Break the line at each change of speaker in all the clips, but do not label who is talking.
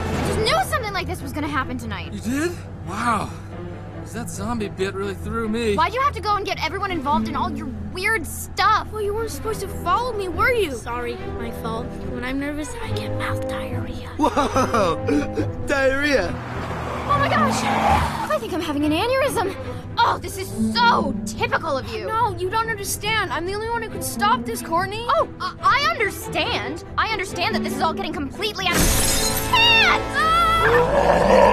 knew something like this was gonna happen tonight.
You did? Wow. 'Cause That zombie bit really threw me.
Why'd you have to go and get everyone involved in all your weird stuff?
Well, you weren't supposed to follow me, were you? Sorry, my fault. When I'm nervous, I get mouth diarrhea.
Whoa! Diarrhea!
Oh my gosh! I think I'm having an aneurysm. Oh, this is so typical of you.
No, you don't understand. I'm the only one who can stop this, Courtney.
Oh, I I understand. I understand that this is all getting completely out of hand. Ah!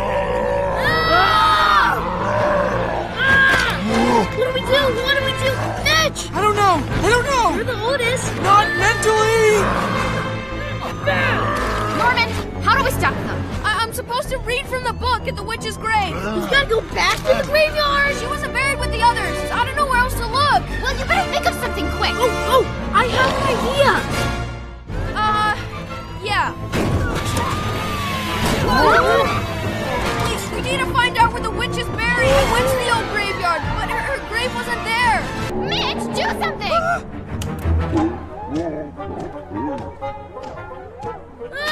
Ah!
What do we do? What do we do? Mitch!
I don't know. I don't know.
You're the oldest.
Not mentally.
Norman, how do we stop them?
I- am supposed to read from the book at the witch's grave. You've got to go back to the graveyard. She wasn't buried with the others. I don't know where else to look.
Well, you better think of something quick.
Oh, oh, I have an idea. Uh, yeah. Please, we need to find out where the witch is buried. I went to the old graveyard, but her, her grave wasn't there.
Mitch, do something.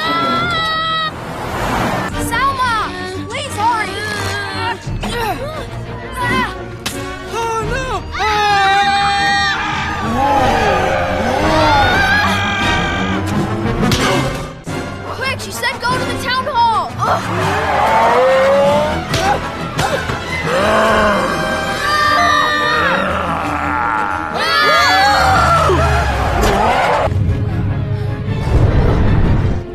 Uh, Salma, please hurry.
Oh no.
Quick, she said go to the town hall.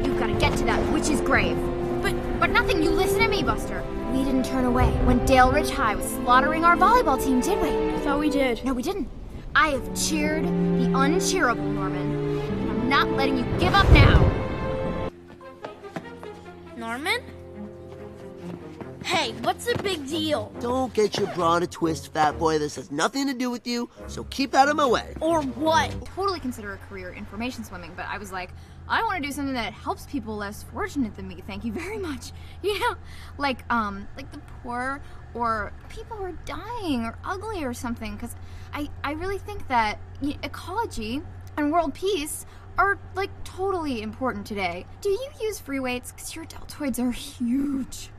You've got to get to that witch's grave. But but nothing. You listen to me, Buster. We didn't turn away when Dale Ridge High was slaughtering our volleyball team, did we?
I thought we did.
No, we didn't. I have cheered the uncheerable, Norman, and I'm not letting you give up now.
Norman? Hey, what's the big deal?
Don't get your bra to twist, fat boy. This has nothing to do with you, so keep out of my way.
Or what?
Totally consider a career in formation swimming, but I was like, I want to do something that helps people less fortunate than me. Thank you very much. You know, like um, like the poor or people who are dying or ugly or something. Because I I really think that y ecology and world peace are like totally important today. Do you use free weights? Because your deltoids are huge.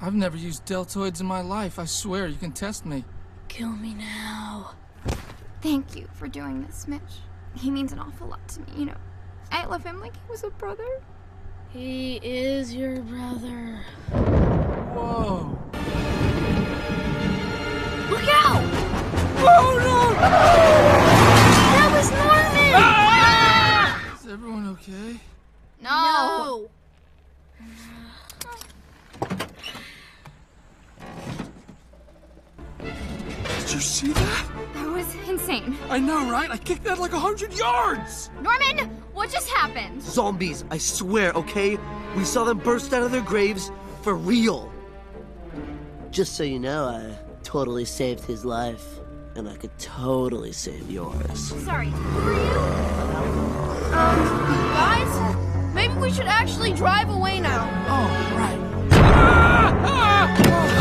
I've never used deltoids in my life. I swear you can test me.
Kill me now.
Thank you for doing this, Mitch. He means an awful lot to me, you know. I love him like he was a brother.
He is your brother.
Whoa.
Look out! Oh, That was Norman!
Is everyone okay?
No!
Did you see that?
That was insane.
I know, right? I kicked that like a hundred yards.
Norman, what just happened?
Zombies, I swear, okay? We saw them burst out of their graves for real. Just so you know, I totally saved his life, and I could totally save yours.
Sorry, who are you?
Um, Guys, maybe we should actually drive away now.
Oh, right. Ah! Ah!